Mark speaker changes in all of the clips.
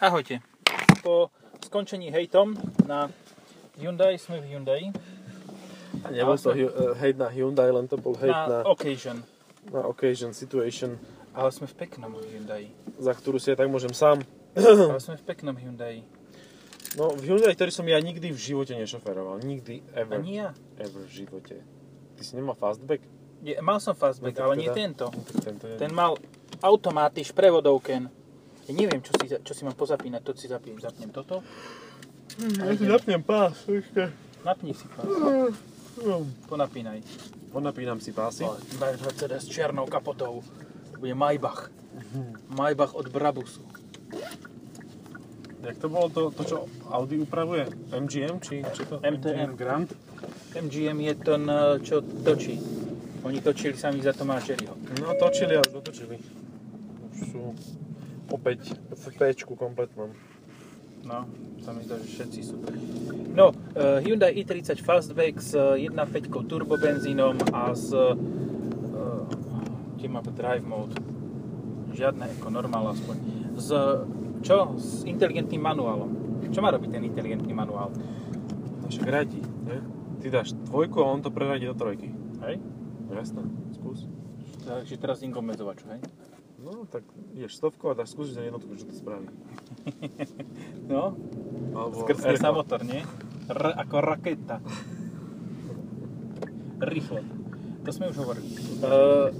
Speaker 1: Ahojte. Po skončení hejtom na Hyundai sme v Hyundai
Speaker 2: A Nebol to hu- eh, hejt na Hyundai, len to bol hejt
Speaker 1: na
Speaker 2: na,
Speaker 1: Occasion,
Speaker 2: na occasion situation,
Speaker 1: ale sme v peknom Hyundai.
Speaker 2: za ktorú si aj tak môžem sám.
Speaker 1: Ale sme v peknom Hyundai.
Speaker 2: No, v Hyundai, ktorý som ja nikdy v živote nešoferoval. Nikdy, ever,
Speaker 1: Ani ja.
Speaker 2: ever v živote. Ty si nemal fastback?
Speaker 1: Je, mal som fastback,
Speaker 2: No tak
Speaker 1: ale
Speaker 2: teda.
Speaker 1: nie tento.
Speaker 2: Tento je...
Speaker 1: Ten mal automáty s prevodovken. Ja neviem, čo si, čo si mám pozapínať. To si zapnem, zapnem toto.
Speaker 2: Ja si zapnem pás, ešte. No.
Speaker 1: Napni si pás. Ponapínaj.
Speaker 2: Ponapínam si pásy.
Speaker 1: O, Mercedes s černou kapotou. To bude Maybach.
Speaker 2: Mhm.
Speaker 1: Maybach od Brabusu.
Speaker 2: Jak to bolo to, to čo Audi upravuje? MGM, či čo to?
Speaker 1: MTM.
Speaker 2: MGM Grand?
Speaker 1: MGM je ten, eh, čo točí. Oni točili sami za Tomáša Jerryho.
Speaker 2: No, točili a už dotočili. Už sú opäť v Pčku kompletnom.
Speaker 1: No, sa mi zdá, že všetci sú. No, eh, Hyundai i30 Fastback s eh, 1.5 turbobenzínom a s... eh, Kde má drive mode? Žiadne ako normál aspoň. S, čo? S inteligentným manuálom. Čo má robiť ten inteligentný manuál?
Speaker 2: No však radí, ne? Ty dáš dvojku a on to preradí do trojky.
Speaker 1: Hej?
Speaker 2: Jasné, skús.
Speaker 1: Takže teraz inko medzovaču, hej?
Speaker 2: No, tak ideš stovkou a dáš skúsiť na jednotku, čo to spraví.
Speaker 1: No,
Speaker 2: Alebo
Speaker 1: skrsne
Speaker 2: R-ko.
Speaker 1: sa motor, nie? R ako raketa. Rýchlo. To sme už hovorili. Uh,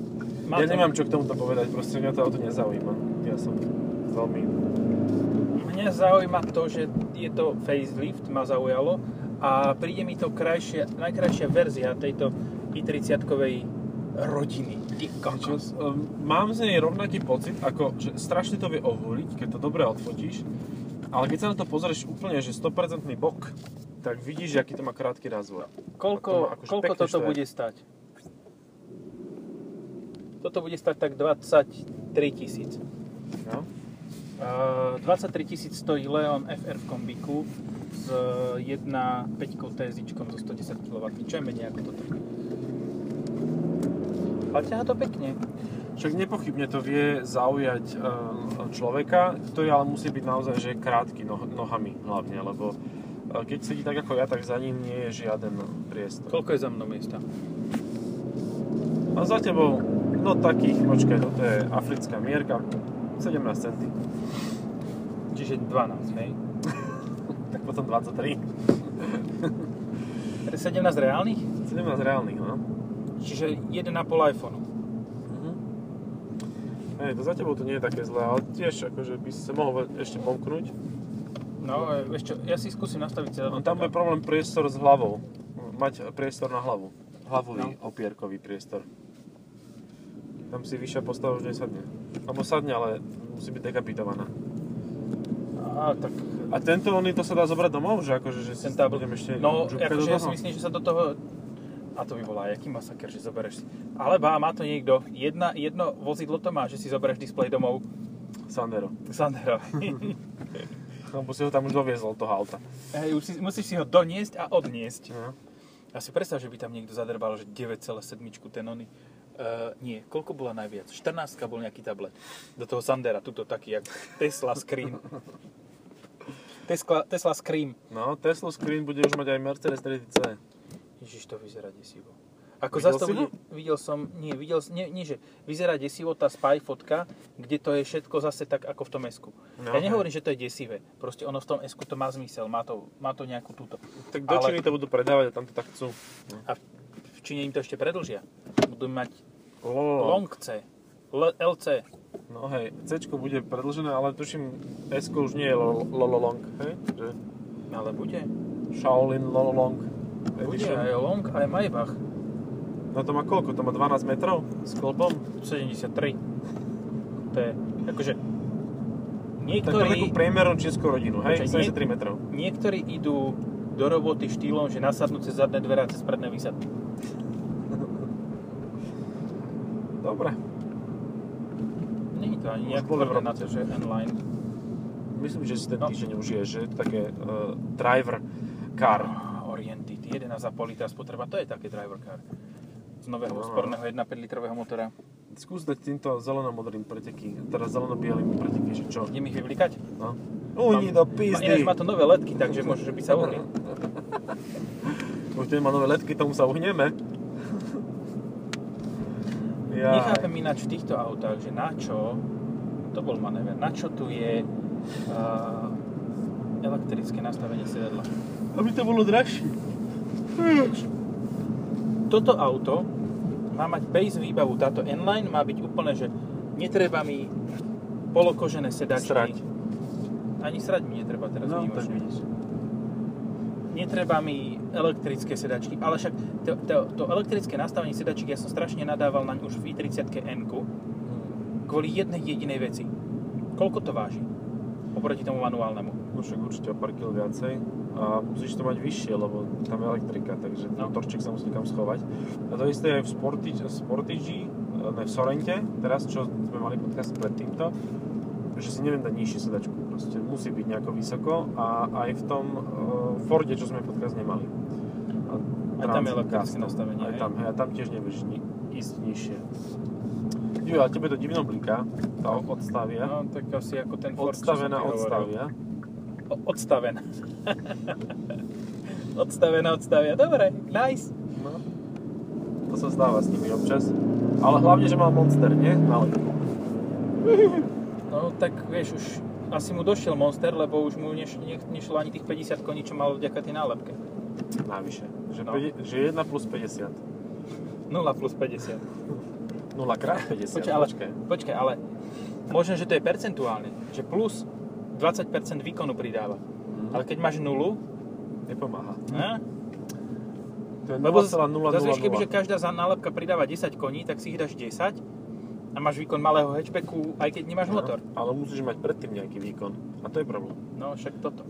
Speaker 2: Ja nemám čo k tomuto povedať, proste mňa to auto nezaujíma. Ja som veľmi...
Speaker 1: Mňa zaujíma to, že je to facelift, ma zaujalo a príde mi to krajšia, najkrajšia verzia tejto i30-kovej rodiny. Ty
Speaker 2: Čo,
Speaker 1: kokos.
Speaker 2: um, mám z nej rovnaký pocit, ako že strašne to vie ohúriť, keď to dobre odfotíš, ale keď sa na to pozrieš úplne, že 100% bok, tak vidíš, aký to má krátky razvor.
Speaker 1: Koľko,
Speaker 2: To má akože
Speaker 1: koľko
Speaker 2: pekný
Speaker 1: toto
Speaker 2: štrajk.
Speaker 1: bude stať? Toto bude stať tak 23 tisíc.
Speaker 2: No?
Speaker 1: Uh, 23 tisíc stojí Leon FR v kombiku s 1.5 TSI so 110 kW, čo je menej ako toto. Ale ťaha to pekne.
Speaker 2: Však nepochybne to vie zaujať eh, človeka, ktorý ale musí byť naozaj že krátky noh- nohami hlavne, lebo eh, keď sedí tak ako ja, tak za ním nie je žiaden priestor.
Speaker 1: Koľko je za mnou miesta?
Speaker 2: A za tebou, no takých, počkaj, toto je africká mierka, 17 centy,
Speaker 1: Čiže 12, hej?
Speaker 2: tak potom 23.
Speaker 1: 17 reálnych?
Speaker 2: 17 reálnych, no.
Speaker 1: Čiže 1,5 iPhone.
Speaker 2: Hej, to za tebou to nie je také zlé, ale tiež akože by si sa mohol ešte pomknúť.
Speaker 1: No, e, vieš čo, ja si skúsim nastaviť sa
Speaker 2: No, tam bude problém priestor s hlavou. Mať priestor na hlavu. Hlavový,
Speaker 1: No.
Speaker 2: opierkový priestor. Tam si vyššia postava už nesadne. Alebo sadne, ale musí byť dekapitovaná.
Speaker 1: Á, tak
Speaker 2: A tento oný to sa dá zobrať domov, že akože že
Speaker 1: ten tábor.
Speaker 2: budem ešte
Speaker 1: No,
Speaker 2: župkať do
Speaker 1: akože ja
Speaker 2: toho?
Speaker 1: si myslím, že sa do toho... A to by bola jaký masaker, že zoberieš si. Ale bá, má to niekto. Jedna, jedno vozidlo to má, že si zoberieš displej domov.
Speaker 2: Sandero.
Speaker 1: Sandero.
Speaker 2: Lebo si ho tam už doviezol toho auta.
Speaker 1: Hej, už si, musíš si ho doniesť a odniesť.
Speaker 2: No.
Speaker 1: Ja si predstav, že by tam niekto zadrbal, že 9,7 ten oný. Uh, nie, koľko bola najviac? 14 bol nejaký tablet. Do toho Sandera, tuto taký, jak Tesla Screen. Tesla, Tesla Screen.
Speaker 2: no, Tesla Screen bude už mať aj Mercedes 3C.
Speaker 1: Ježiš, to vyzerá desivo. Ako
Speaker 2: Videl
Speaker 1: zase to
Speaker 2: si ho?
Speaker 1: bude, videl som, nie, videl, nie, nie, že vyzerá desivo tá spy fotka, kde to je všetko zase tak ako v tom esku.
Speaker 2: No,
Speaker 1: ja
Speaker 2: hej.
Speaker 1: nehovorím, že to je desivé, proste ono v tom esku to má zmysel, má to, má to nejakú túto.
Speaker 2: No, Tak do
Speaker 1: Ale-
Speaker 2: Číny to budú predávať a tam to tak chcú.
Speaker 1: A v, v Číne im to ešte predlžia. Budú mať
Speaker 2: Lolo.
Speaker 1: long C, L, LC.
Speaker 2: No hej, C bude predlžené, ale tuším S už nie je lo- Lololong, hej? Že
Speaker 1: Ale bude.
Speaker 2: Shaolin Lololong
Speaker 1: Bude
Speaker 2: Edition.
Speaker 1: aj Long, aj Maybach.
Speaker 2: No to má koľko? To má 12 metrov s klopom?
Speaker 1: 73. To je, akože,
Speaker 2: Tak to takú
Speaker 1: niektorí,
Speaker 2: priemernú čínsku rodinu,
Speaker 1: Počkaj,
Speaker 2: hej?
Speaker 1: nie-
Speaker 2: 73 metrov.
Speaker 1: niektorí idú do roboty štýlom, že nasadnú cez zadné dvere a cez predné vysadnú.
Speaker 2: Dobre.
Speaker 1: Není to ani nejak
Speaker 2: Už boli v
Speaker 1: tvrdé na
Speaker 2: robote.
Speaker 1: to, že N-line.
Speaker 2: Myslím, že si ten
Speaker 1: No.
Speaker 2: týždeň už je, že je to také eh, driver car.
Speaker 1: Ah, Oriented, 11,5 litra spotreba, to je také driver car. Z nového
Speaker 2: No.
Speaker 1: sporného 1,5 litrového motora.
Speaker 2: Skús dať týmto zeleno-modrým preteky, teda zeleno-bielým preteky, že čo?
Speaker 1: Idem ich vyvlikať?
Speaker 2: No. Ujdi do
Speaker 1: Ma- Ináč
Speaker 2: pizdy.
Speaker 1: má to nové letky, takže môžeš byť sa uhriť.
Speaker 2: Už ten má nové letky, tomu sa uhneme. Jaj.
Speaker 1: Nechápem ináč v týchto autách, že na čo, to bol manéver, na čo tu je uh, elektrické nastavenie sedadla.
Speaker 2: Aby to bolo drahšie.
Speaker 1: Toto auto má mať base výbavu, táto N-Line má byť úplne, že netreba mi polokožené sedačky.
Speaker 2: Srať.
Speaker 1: Ani srať mi netreba teraz
Speaker 2: No, tak
Speaker 1: výnimočne.
Speaker 2: vidíš.
Speaker 1: netreba mi elektrické sedačky, ale však to, to, to elektrické nastavenie sedačiek, ja som strašne nadával naň už v i30N Hm. kvôli jednej jedinej veci. Koľko to váži oproti tomu manuálnemu?
Speaker 2: No však určite o pár kil viacej a musíš to mať vyššie, lebo tam je elektrika, takže ten
Speaker 1: No.
Speaker 2: motorček sa musí niekam schovať. A to isté je v Sportage, Sportage e, ne, v Sorente, teraz čo sme mali podcast pred týmto, že si neviem dať nižšiu sedačku, proste musí byť nejako vysoko a aj v tom e, Forde, čo sme podcast nemali. A
Speaker 1: Aj tam je
Speaker 2: Transit
Speaker 1: elektrické
Speaker 2: Custom.
Speaker 1: nastavenie,
Speaker 2: Aj
Speaker 1: hej?
Speaker 2: tam, hej, a tam tiež nevieš ni- ísť nižšie. Jo, a tebe to divno bliká, tá odstavia.
Speaker 1: No, tak asi ako ten Ford, čo som
Speaker 2: Odstavená
Speaker 1: ti hovoril.
Speaker 2: odstavia.
Speaker 1: O- Odstavená. odstavená, odstavia. Dobre, nice.
Speaker 2: No. To sa zdáva s nimi občas. Ale hlavne, že mal Monster, nie? Ale
Speaker 1: No tak vieš, už asi mu došiel Monster, lebo už mu neš, nech, nešlo ani tých 50 koní, čo mal vďaka tej nálepke.
Speaker 2: navyše. Že,
Speaker 1: No.
Speaker 2: no. 50, že 1 plus 50.
Speaker 1: 0 plus 50.
Speaker 2: 0 krát 50.
Speaker 1: Počkaj, ale, počkaj, ale možno, že to je percentuálne, že plus 20% výkonu pridáva. Ale keď máš nulu,
Speaker 2: Nepomáha.
Speaker 1: ne?
Speaker 2: To je
Speaker 1: lebo zase vieš,
Speaker 2: 0,000.
Speaker 1: kebyže každá za- nálepka pridáva 10 koní, tak si ich dáš 10 a máš výkon malého hatchbacku, aj keď nemáš
Speaker 2: No,
Speaker 1: motor.
Speaker 2: Ale musíš mať predtým nejaký výkon. A to je problém.
Speaker 1: No však toto.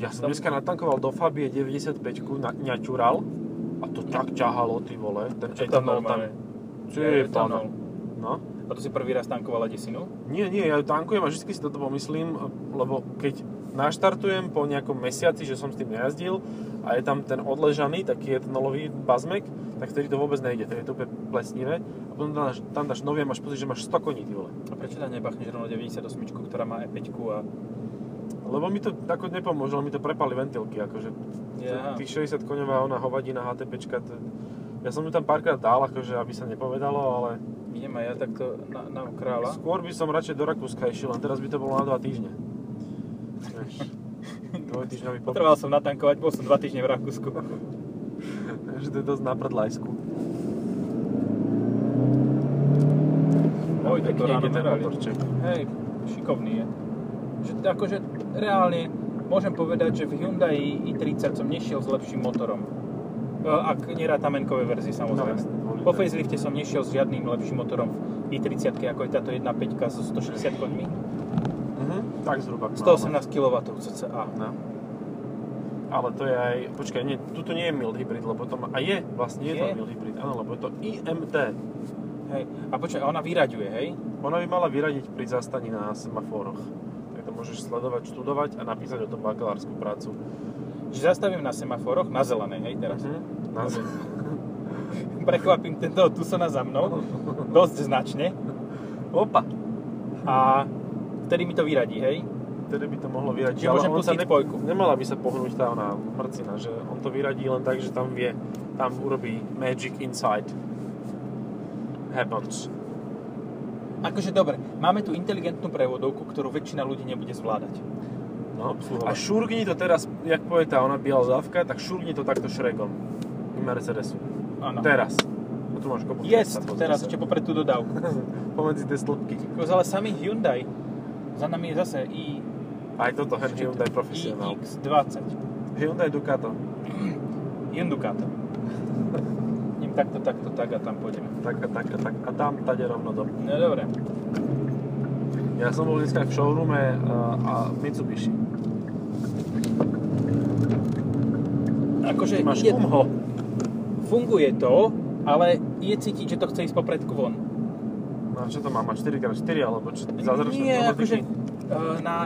Speaker 2: Ja
Speaker 1: Tam-
Speaker 2: som dneska natankoval do Fabie 95-ku, na, ňaťural. A to tak ťahalo, ty vole. Ten etanol tam... Čo
Speaker 1: Je
Speaker 2: je
Speaker 1: etanol.
Speaker 2: etanol? No.
Speaker 1: A to si prvý raz tankovala desinu?
Speaker 2: Nie, nie, ja ju tankujem a vždy si toto pomyslím, lebo keď naštartujem po nejakom mesiaci, že som s tým nejazdil a je tam ten odležaný, taký etanolový bazmek, tak vtedy to vôbec nejde, to je to úplne plesnivé. A potom tam dáš, tam dáš nový a máš pocit, že máš 100 koní, ty vole.
Speaker 1: A prečo tam nebachneš rovno 98, ktorá má E5 a...
Speaker 2: Lebo mi to tako nepomôže, lebo mi to prepali ventilky, akože
Speaker 1: Ja.
Speaker 2: yeah. tých 60 koňová ona hovadina HTPčka, to, ja som ju tam párkrát dal, akože aby sa nepovedalo, ale
Speaker 1: Idem aj ja takto na, na kráľa.
Speaker 2: skôr by som radšej do Rakúska išiel, len teraz by to bolo na 2 týždne. Vieš, dvojtýždňový pobyt.
Speaker 1: Potreboval som natankovať, bol som 2 týždne v Rakúsku.
Speaker 2: Takže to je dosť na prdlajsku.
Speaker 1: Oj, toto ráno merali.
Speaker 2: motorček.
Speaker 1: Hej, šikovný je. Že, t- akože reálne môžem povedať, že v Hyundai i30 som nešiel s lepším motorom. E, Ak nerátam menkové verzie samozrejme.
Speaker 2: jasne, boli
Speaker 1: po
Speaker 2: tak.
Speaker 1: facelifte som nešiel s žiadnym lepším motorom v i30, ako je táto 1.5 so 160 koňmi.
Speaker 2: Mhm, tak zhruba.
Speaker 1: 118 kW cca.
Speaker 2: No. Ale to je aj... Počkaj, nie, tuto nie je mild hybrid, lebo to má... A je, vlastne je,
Speaker 1: Je?
Speaker 2: to mild hybrid, áno, lebo je to IMT.
Speaker 1: Hej. A počkaj, ona vyraďuje, hej?
Speaker 2: Ona by mala vyradiť pri zastaní na semafóroch. Tak to môžeš sledovať, študovať a napísať o tom bakalárskú prácu.
Speaker 1: Že zastavím na semaforoch, na zelenej, hej teraz.
Speaker 2: Mhm. Na zem.
Speaker 1: Prekvapím tento Tusona za mnou, dosť značne.
Speaker 2: Opa!
Speaker 1: A vtedy mi to vyradí, hej?
Speaker 2: Vtedy by to mohlo vyradiť.
Speaker 1: Čiže môžem
Speaker 2: on sa
Speaker 1: pustiť spojku.
Speaker 2: nemala by sa pohnúť tá ona mrcina, že on to vyradí len tak, že tam vie, tam urobí magic inside. Happens.
Speaker 1: Akože dobre, máme tu inteligentnú prevodovku, ktorú väčšina ľudí nebude zvládať.
Speaker 2: No.
Speaker 1: Obsluhovať.
Speaker 2: A šurgni to teraz, jak povie tá ona biela závka, tak šurgni to takto šregom. I Mercedesu.
Speaker 1: Áno.
Speaker 2: Teraz. A tu No. máš kopu.
Speaker 1: Jest,
Speaker 2: miesta, pozri
Speaker 1: teraz
Speaker 2: sa.
Speaker 1: ešte popred tú dodávku.
Speaker 2: Pomedzi tie stĺpky.
Speaker 1: Kokos, Ale samý Hyundai, za nami je zase i,
Speaker 2: Aj toto, hej, Hyundai Professional.
Speaker 1: iX20.
Speaker 2: Hyundai Ducato.
Speaker 1: Inducato. Idem takto, takto, tak a tam pôjdeme.
Speaker 2: Tak a tak a tak. A tam, tade rovno do.
Speaker 1: No dobre.
Speaker 2: Ja som bol dneska v showroome uh, a Mitsubishi.
Speaker 1: Akože
Speaker 2: Máš
Speaker 1: ide,
Speaker 2: kumho.
Speaker 1: funguje to, ale je cítiť, že to chce ísť popredku von.
Speaker 2: No a čo to má? Má 4x4 alebo čo? Zázračné
Speaker 1: Nie,
Speaker 2: pneumatiky?
Speaker 1: akože e, na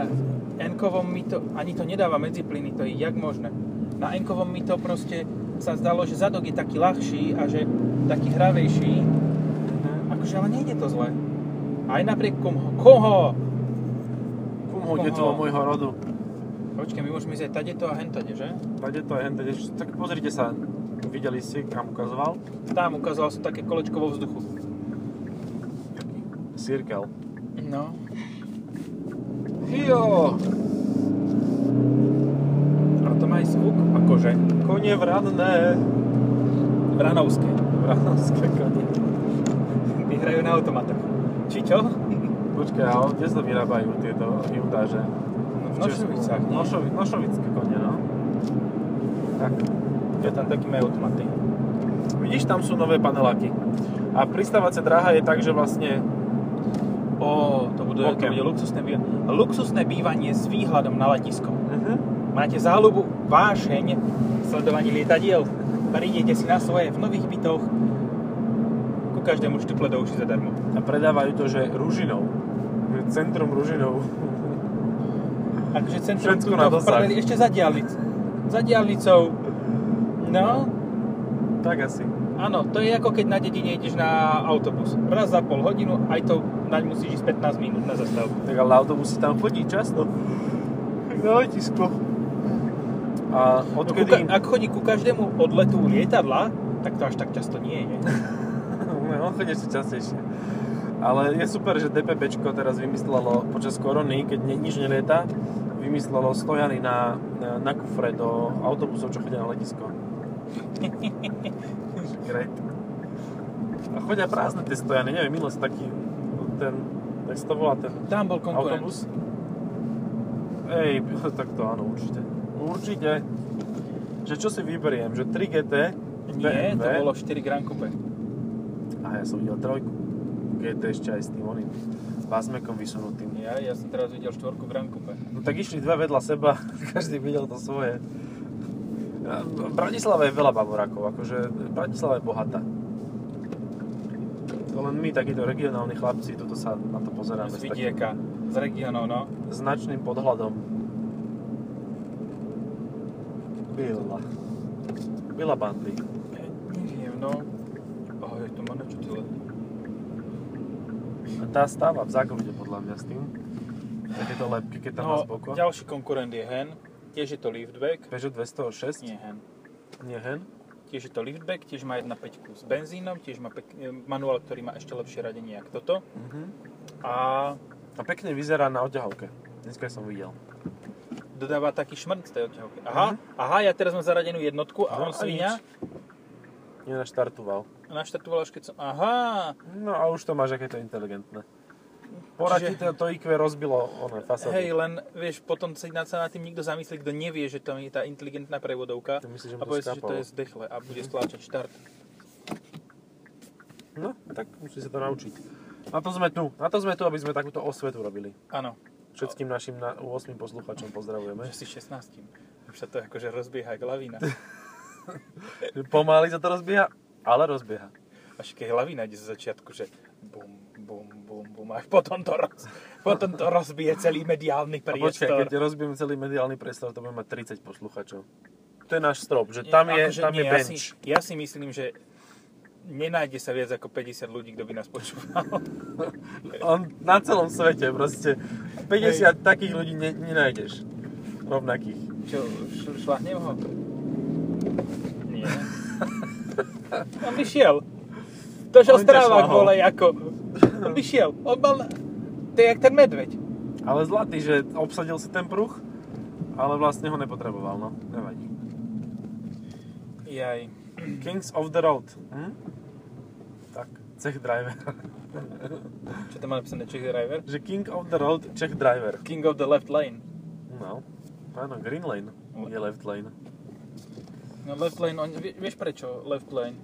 Speaker 1: Enkovom mi to, ani to nedáva medziplyny, to je jak možné. Na Enkovom mi to proste sa zdalo, že zadok je taký ľahší a že taký hravejší. Eh, Akože ale nejde to zle. Aj napriek kumho, kumho,
Speaker 2: Kumho. hodne toho môjho rodu.
Speaker 1: Počkaj, my môžeme ísť aj tadeto a hentade, že?
Speaker 2: Tady to je hente, tiež- tak pozrite sa, videli si, kam ukazoval?
Speaker 1: Tam ukázal som také kolečko vo vzduchu.
Speaker 2: Cirkel.
Speaker 1: No.
Speaker 2: Jo!
Speaker 1: A to má aj zvuk akože
Speaker 2: Kone vradné.
Speaker 1: vranovské.
Speaker 2: Vranovské kone.
Speaker 1: Tí hrajú na automatoch. Či čo?
Speaker 2: Počkaj, ale kde sa vyrábajú tieto Hyundaže?
Speaker 1: No, v
Speaker 2: Česku.
Speaker 1: Nošovicách, nie?
Speaker 2: Nošovi, nošovické kone, no. Tak.
Speaker 1: Ja tam taký majú automaty.
Speaker 2: Vidíš, tam sú nové paneláky. A pristávacia dráha je tak, že vlastne...
Speaker 1: Ó, to bude, to
Speaker 2: Okem.
Speaker 1: bude luxusné, bývanie. luxusné bývanie s výhľadom na letisko.
Speaker 2: Uh-huh.
Speaker 1: Máte záľubu, vášeň, sledovanie lietadiel. Prídete si na svoje v nových bytoch. Ku každému štuple do uši zadarmo.
Speaker 2: A predávajú to, že ružinou. Že Centrum ružinou.
Speaker 1: Takže Akože centrum
Speaker 2: Všetko
Speaker 1: tuto
Speaker 2: na
Speaker 1: v
Speaker 2: dosah.
Speaker 1: prdeli, ešte za diálnic. Za diálnicou. No,
Speaker 2: Tak asi.
Speaker 1: áno, to je ako keď na dedine ideš na autobus. Raz za pol hodinu, aj to naň musíš ísť 15 minút na zastávku.
Speaker 2: Tak ale autobusy tam chodí často. Na letisko. A
Speaker 1: No, ku
Speaker 2: odkedy...
Speaker 1: ka- ak chodí ku každému odletu lietadla, tak to až tak často nie je.
Speaker 2: No, on chodí ešte častejšie. Ale je super, že DPPčko teraz vymyslelo počas korony, keď ni- nič nelieta, vymyslelo stojany na, na, na kufre do autobusov, čo chodia na letisko. Great. A chodia prázdne tie stojany, neviem, minule sa taký ten, tak sa to volá ten
Speaker 1: Tam bol konkurent.
Speaker 2: autobus. Ej, tak to áno, určite. Určite. Že čo si vyberiem, že 3 GT,
Speaker 1: Nie, to
Speaker 2: BMW?
Speaker 1: bolo 4 Grand Coupe.
Speaker 2: A ja som videl trojku. GT ešte aj s tým oným pásmekom vysunutým.
Speaker 1: Ja, ja som teraz videl štvorku Grand Coupe.
Speaker 2: No tak išli dve vedľa seba, každý videl to svoje. A V Bratislave je veľa bavorákov, akože Bratislava je bohatá. To len my, takíto regionálni chlapci, tuto sa na to
Speaker 1: Z
Speaker 2: pozeráme s takým
Speaker 1: vidieka, z regionov, no.
Speaker 2: značným podhľadom. Bila. Bila bandy.
Speaker 1: Neviem, no. Ahoj, to má na čo to letí.
Speaker 2: A tá stáva v Zákovide podľa mňa s tým. Takéto lepky, keď tam no, má z boku.
Speaker 1: ďalší konkurent je Hen. Tiež je to liftback.
Speaker 2: Peugeot 206?
Speaker 1: Nie Hen.
Speaker 2: Nie hen?
Speaker 1: Tiež je to liftback, tiež má 1.5 s benzínom, tiež má pek, e, manuál, ktorý má ešte lepšie radenie ako toto. A
Speaker 2: A pekne vyzerá na oťahovke. Dneska som videl.
Speaker 1: dodáva taký šmrnc tej odťahovky. Aha, aha, ja teraz mám zaradenú jednotku a
Speaker 2: No,
Speaker 1: on
Speaker 2: a
Speaker 1: svinia.
Speaker 2: nič. Nenaštartoval.
Speaker 1: Naštartoval až keď som... Aha,
Speaker 2: No a už to máš, aké to inteligentné. Poradí
Speaker 1: Čiže-
Speaker 2: Čiže... to IQ rozbilo ono, fasadu.
Speaker 1: Hej, len vieš, potom sa na- sa nad tým nikto zamyslí, kto nevie, že to je tá inteligentná prevodovka
Speaker 2: To myslíš, že
Speaker 1: a
Speaker 2: mu to
Speaker 1: povie si, že to
Speaker 2: skápalo.
Speaker 1: je zdechle a bude stláčať štart.
Speaker 2: No, tak musí sa to naučiť. Na to sme tu. Na to sme tu, aby sme takúto osvetu robili.
Speaker 1: Áno,
Speaker 2: Všetkým našim na, 8 posluchačom pozdravujeme.
Speaker 1: že si 16. Už sa to akože rozbieha jak lavina.
Speaker 2: Pomaly sa to rozbieha, ale rozbieha.
Speaker 1: Až keď lavina ide zo začiatku, že bum, bum, bum, bum, až potom to, roz, potom to rozbije celý mediálny
Speaker 2: A počkaj,
Speaker 1: priestor.
Speaker 2: keď rozbijeme celý mediálny priestor, to bude mať 30 posluchačov. To je náš strop, že tam je,
Speaker 1: Akože
Speaker 2: tam je
Speaker 1: nie,
Speaker 2: bench.
Speaker 1: Ja si, ja si myslím, že nenájde sa viac ako 50 ľudí, kto by nás počúval.
Speaker 2: On na celom svete proste. 50 takých ľudí ne, nenájdeš. Rovnakých.
Speaker 1: Čo, š- šláhnem ho? Nie. On by šiel. To, že
Speaker 2: On ťa
Speaker 1: ostrávak
Speaker 2: šlahol.
Speaker 1: volej ako. On by šiel. On mal... To je jak ten medveď.
Speaker 2: Ale zlatý, že obsadil si ten pruh, ale vlastne ho nepotreboval, no. Nevadí.
Speaker 1: Jaj.
Speaker 2: Kings of the Road. Hm? Tak, Czech Driver.
Speaker 1: Čo tam má napísané Czech Driver?
Speaker 2: že King of the Road, Czech Driver.
Speaker 1: King of the left lane.
Speaker 2: No. Áno, Green Lane. Je left lane.
Speaker 1: No left lane, on, vie- vieš prečo left lane?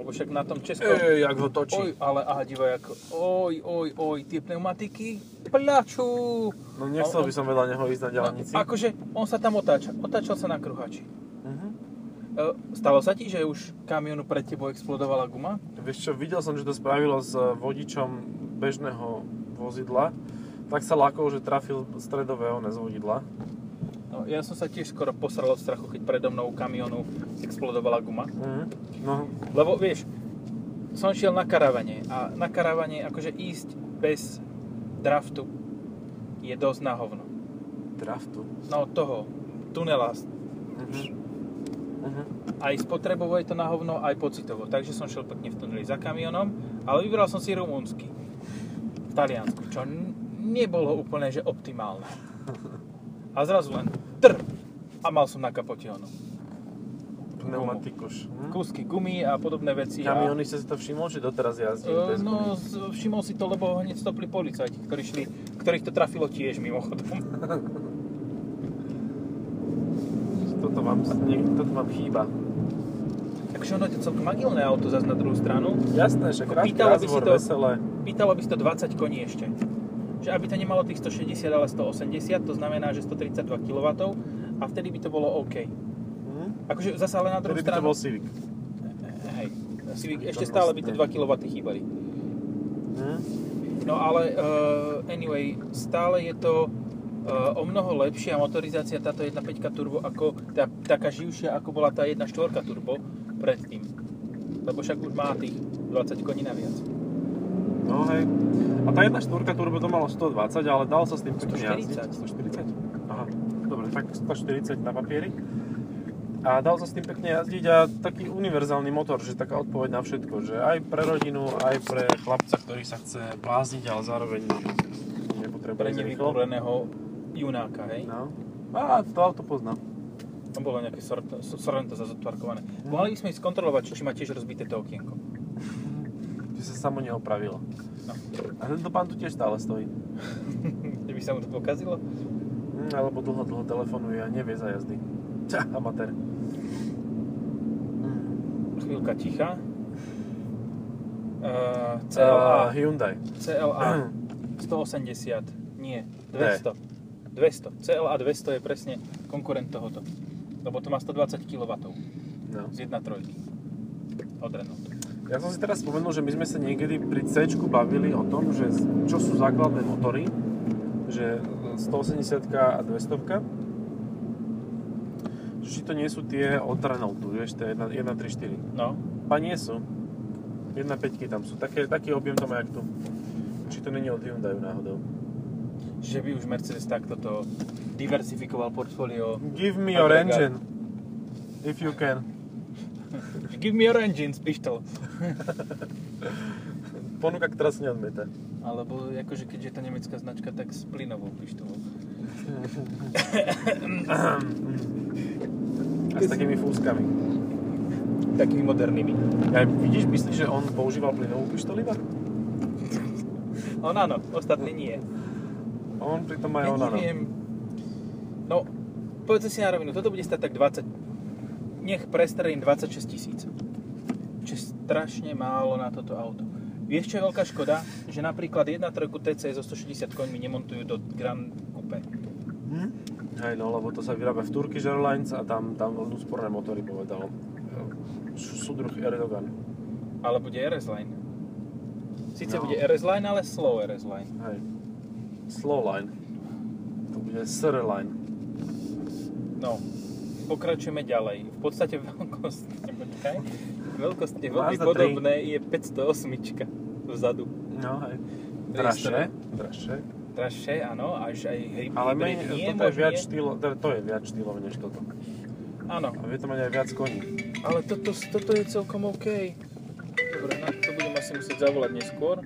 Speaker 1: Lebo však na tom Českom...
Speaker 2: Ej, jak ho točí.
Speaker 1: Oj, ale aha, divaj ako... Oj, oj, oj, tie pneumatiky plačú.
Speaker 2: No nechcel by som vedľa neho ísť na diálnici.
Speaker 1: akože on sa tam otáča. Otáčal sa na kruhači.
Speaker 2: Mhm.
Speaker 1: E, Stalo sa ti, že už kamionu pred tebou explodovala guma?
Speaker 2: Vieš čo, videl som, že to spravilo s eh, vodičom bežného vozidla. Tak sa lakol, že trafil stredové one z vodidla.
Speaker 1: No, ja som sa tiež skoro posral od strachu, keď predo mnou kamionu explodovala guma.
Speaker 2: Mhm. No,
Speaker 1: Lebo vieš, som šiel na karavane a na karavane akože ísť bez draftu je dosť na hovno.
Speaker 2: Draftu.
Speaker 1: No od toho tunela
Speaker 2: Uh-huh.
Speaker 1: aj spotrebovo je to na hovno, aj pocitovo. Takže som šiel pekne v tuneli za kamionom, ale vybral som si rumúnsky. V Taliansku, čo n- nebolo úplne, že optimálne. A zrazu len tr a mal som na kapote ono.
Speaker 2: Pneumatikuš.
Speaker 1: Kúsky gumy a podobné veci. a-
Speaker 2: Kamiony ste si to všimol, že doteraz jazdí
Speaker 1: E,
Speaker 2: bez
Speaker 1: No,
Speaker 2: no,
Speaker 1: z- všimol si to, lebo hneď stopli policajti, ktorí šli, ktorých to trafilo tiež mimochodom.
Speaker 2: toto, vám, niek- toto vám chýba.
Speaker 1: Takže ono je to celkom agilné auto zase na druhú stranu.
Speaker 2: Jasné, že
Speaker 1: Ako
Speaker 2: krátky
Speaker 1: No, pýtala by si
Speaker 2: razvor,
Speaker 1: to-
Speaker 2: veselé.
Speaker 1: Pýtalo by si to 20 koní ešte. Že aby to nemalo tých 160, ale 180, to znamená, že 132 kW a vtedy by to bolo OK.
Speaker 2: Hm?
Speaker 1: Akože zase ale na druhú
Speaker 2: Kedy by to
Speaker 1: stranu...
Speaker 2: bol Civic?
Speaker 1: Hej, Civic,
Speaker 2: To
Speaker 1: ešte stále by tie
Speaker 2: vlastne-
Speaker 1: 2 kW chýbali.
Speaker 2: Hm?
Speaker 1: No ale uh, anyway, stále je to uh, o mnoho lepšia motorizácia táto 1.5 turbo ako tá, taká živšia ako bola tá 1.4 turbo predtým. Lebo však už má tých 20 koní naviac.
Speaker 2: No hej. A tá jedna štvorka turbo to malo 120, ale dal sa s tým pekne jazdiť.
Speaker 1: 140.
Speaker 2: 140. Aha, dobre, tak 140 na papieri. A dal sa s tým pekne jazdiť a taký univerzálny motor, že taká odpoveď na všetko, že aj pre rodinu, aj pre chlapca, ktorý sa chce blázniť, ale zároveň nepotrebuje
Speaker 1: Pre
Speaker 2: ísť rýchlo.
Speaker 1: nevykúreného junáka, hej?
Speaker 2: No. A to auto poznám.
Speaker 1: To bolo nejaké sor- so- sorrento zase otvarkované. Mohli by sme ísť skontrolovať, či má tiež rozbité to okienko.
Speaker 2: Že sa samo neopravilo.
Speaker 1: No.
Speaker 2: A tento pán tu tiež stále stojí.
Speaker 1: Že by sa mu to pokazilo.
Speaker 2: Hm, alebo dlho, dlho telefonuje a nevie za jazdy. Ča, amatér. Hm.
Speaker 1: Chvíľka ticha. Uh,
Speaker 2: Uh,
Speaker 1: CLA.
Speaker 2: Hyundai.
Speaker 1: CLA 180, nie, 200. 200. CLA 200 je presne konkurent tohoto. Lebo to má 120 kW
Speaker 2: No.
Speaker 1: z 1.3 od Renault.
Speaker 2: Ja som si teraz spomenul, že my sme sa niekedy pri C bavili o tom, že z- čo sú základné motory, že 180 a 200 že či to nie sú tie od Renaultu, vieš, to je 134.
Speaker 1: No,
Speaker 2: Pa nie sú. 1.5 tam sú. Také, taký objem tam aj jak tu. Či to není od Hyundai náhodou.
Speaker 1: že by už Mercedes takto to diversifikoval portfólio.
Speaker 2: Give me your
Speaker 1: Agregát.
Speaker 2: engine. If you can.
Speaker 1: Give me your engines, pištol.
Speaker 2: Ponuka, ktorá sa neodmieta.
Speaker 1: Alebo akože keď je to nemecká značka, tak s plynovou pištolou.
Speaker 2: A s takými fúskami.
Speaker 1: Takými modernými.
Speaker 2: Ja, vidíš, myslíš, že on používal plynovú pištol iba?
Speaker 1: On áno, ostatní nie.
Speaker 2: On pritom aj
Speaker 1: Ja
Speaker 2: on, áno.
Speaker 1: neviem. No, povedzme si na rovinu, toto bude stať tak 20... Nech prestrelím 26 tisíc. Čo je strašne málo na toto auto. Vieš, čo je veľká škoda? Že napríklad 1.3 TC so 160 koňmi nemontujú do Grand Coupe.
Speaker 2: Hm? Hej, no, lebo to sa vyrába v Turkish Airlines a tam, tam on úsporné motory povedal. Š- Súdruh Erdogan.
Speaker 1: Ale bude RS Line. Sice
Speaker 2: No.
Speaker 1: bude RS Line, ale slow RS Line.
Speaker 2: Hej. Slow line. To bude Sir line.
Speaker 1: No, pokračujeme ďalej. V podstate veľkostne, počkaj, veľkostne veľmi
Speaker 2: Mazda tri.
Speaker 1: podobné je 508 vzadu.
Speaker 2: No, hej.
Speaker 1: To je
Speaker 2: Draše.
Speaker 1: staré.
Speaker 2: Draše.
Speaker 1: Traše, áno, až aj hybrid
Speaker 2: Ale menej,
Speaker 1: nie,
Speaker 2: toto je
Speaker 1: možno
Speaker 2: viac
Speaker 1: nie.
Speaker 2: štýlo, teda to je viac štýlov než toto.
Speaker 1: Áno,
Speaker 2: A vie to mať aj viac koní.
Speaker 1: ale toto, toto je celkom OK. Dobre, no, to budem asi musieť zavolať neskôr.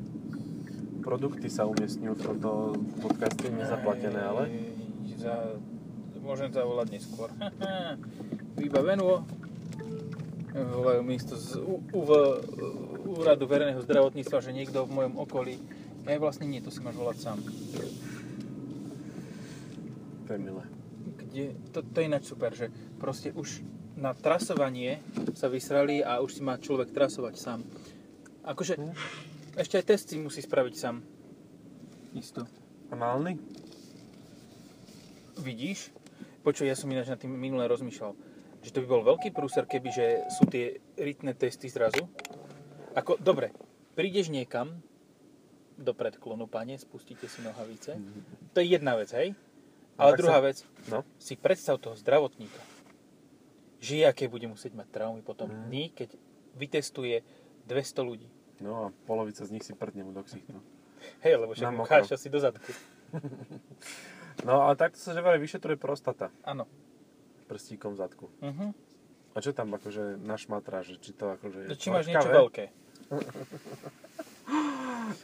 Speaker 2: Produkty sa umiestňujú v tomto podcaste nezaplatené, ale...
Speaker 1: Ej, Za, môžem zavolať neskôr. Vybavenú. Volajú mi isto z U- UV, úradu verejného zdravotníctva, že niekto v mojom okolí. Ja vlastne nie, to si máš volať sám.
Speaker 2: To je milé.
Speaker 1: kde, to, to je ináč super, že proste už na trasovanie sa vysrali a už si má človek trasovať sám. Akože,
Speaker 2: Hm.
Speaker 1: ešte aj test si musí spraviť sám. Isto.
Speaker 2: Análny?
Speaker 1: Vidíš? Počuj, ja som ináč na tým minulé rozmýšľal, že to by bol veľký prúser, keby že sú tie rytné testy zrazu. Ako, dobre, prídeš niekam, do predklonu, pane, spustíte si nohavice. To je jedna vec, hej?
Speaker 2: No
Speaker 1: Ale
Speaker 2: tak
Speaker 1: druhá
Speaker 2: sa-
Speaker 1: vec,
Speaker 2: No.
Speaker 1: si predstav toho zdravotníka. Žije, aké bude musieť mať traumy potom
Speaker 2: Mm.
Speaker 1: dní, keď vytestuje 200 ľudí.
Speaker 2: No a polovica z nich si prdne mu do ksichtu.
Speaker 1: Hej, lebo však
Speaker 2: Na
Speaker 1: mu
Speaker 2: mokro.
Speaker 1: cháš asi do zadku.
Speaker 2: No a takto sa že vraj vyšetruje prostata
Speaker 1: Áno.
Speaker 2: prstíkom v zadku.
Speaker 1: Mhm.
Speaker 2: A čo tam akože našmatra, že či to akože...
Speaker 1: No,
Speaker 2: je
Speaker 1: Či máš
Speaker 2: tvrďkavé?
Speaker 1: niečo veľké.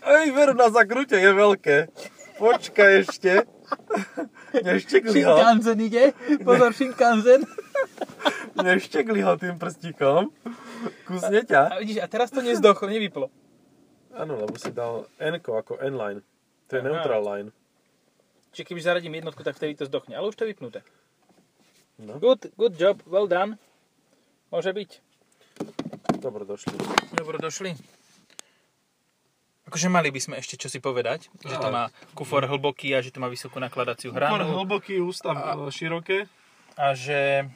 Speaker 2: Ej, veru na zakrute je veľké. Počkaj ešte. Neštekli ho.
Speaker 1: ide. Pozor, Shinkansen.
Speaker 2: Neštekli ho tým prstíkom. Kusne ťa.
Speaker 1: A vidíš, a teraz to nezdochlo, nevyplo.
Speaker 2: Áno, lebo si dal n ako N-line. To je
Speaker 1: Aha.
Speaker 2: neutral line.
Speaker 1: Čiže keby zaradím jednotku, tak vtedy to zdochne. Ale už to je vypnuté.
Speaker 2: No.
Speaker 1: Good, good job, well done. Môže byť.
Speaker 2: Dobre, došli.
Speaker 1: Dobro došli. Akože mali by sme ešte čo si povedať, že to
Speaker 2: Ale-
Speaker 1: má kufor hlboký a že to má vysokú nakladaciu hranu
Speaker 2: hlboký, ústav široké.
Speaker 1: a že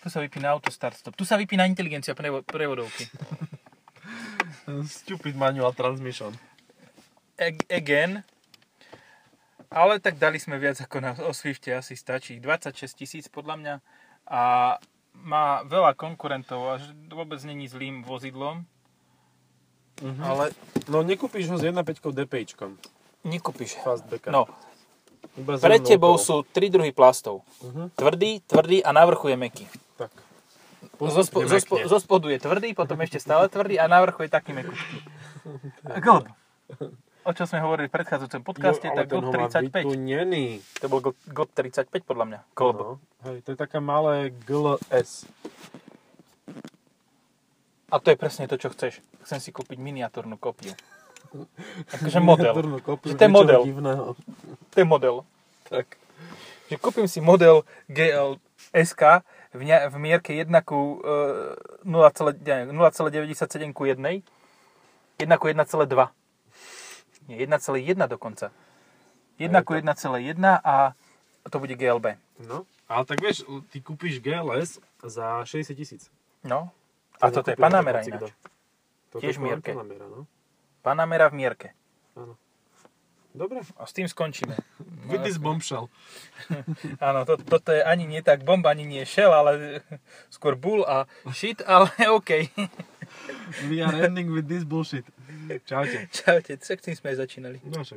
Speaker 1: tu sa vypína auto start stop. Tu sa vypína inteligencia prevo- prevodovky.
Speaker 2: Stupid manual transmission.
Speaker 1: Ag- Again. Ale tak dali sme viac ako na o Swifte asi stačí. 26 tisíc podľa mňa a má veľa konkurentov a že vôbec není zlým vozidlom.
Speaker 2: Ale no nekúpiš ho s 1.5 DPIčkom.
Speaker 1: Nekúpiš.
Speaker 2: Fastbacka.
Speaker 1: No,
Speaker 2: Iba s
Speaker 1: pred
Speaker 2: jednou
Speaker 1: tebou
Speaker 2: rukou.
Speaker 1: sú tri druhy plastov.
Speaker 2: Mhm.
Speaker 1: Tvrdý, tvrdý a na vrchu je meký.
Speaker 2: Tak.
Speaker 1: Zo, spo, zo, spo, zo spodu je tvrdý, potom ešte stále tvrdý a na vrchu je taký mekučký. God. O čom sme hovorili v predchádzajúcom podcaste, tak God 35.
Speaker 2: vytunený.
Speaker 1: To bol God, God 35 podľa mňa. Kolbo.
Speaker 2: No. Hej, to je také malé GLS.
Speaker 1: A to je presne to, čo chceš. Chcem si kúpiť miniatúrnu kopiu. Akože model.
Speaker 2: Miniatúrnu kópiu
Speaker 1: Že to je
Speaker 2: niečoho
Speaker 1: model.
Speaker 2: divného.
Speaker 1: To je model.
Speaker 2: Tak.
Speaker 1: Že kúpim si model GL SK v, ne, v mierke 1 ku e, 0,9 0,97 ku 1. 1 ku 1,2. Nie, 1,1 dokonca. 1
Speaker 2: A je
Speaker 1: ku
Speaker 2: to-
Speaker 1: 1,1 a to bude GLB.
Speaker 2: No. Ale tak vieš, ty kúpiš GLS za 60 tisíc.
Speaker 1: No. A toto je Panamera ináč. Tiež mierke.
Speaker 2: Panamera, no.
Speaker 1: Panamera v mierke.
Speaker 2: Dobre.
Speaker 1: A s tým skončíme.
Speaker 2: With this bombshell.
Speaker 1: Áno, to, toto je ani nie tak bomba, ani nie šel, ale skôr bull a shit, ale OK.
Speaker 2: We are ending with this bullshit. Čaute.
Speaker 1: Čaute, tak tým sme aj začínali.
Speaker 2: No však.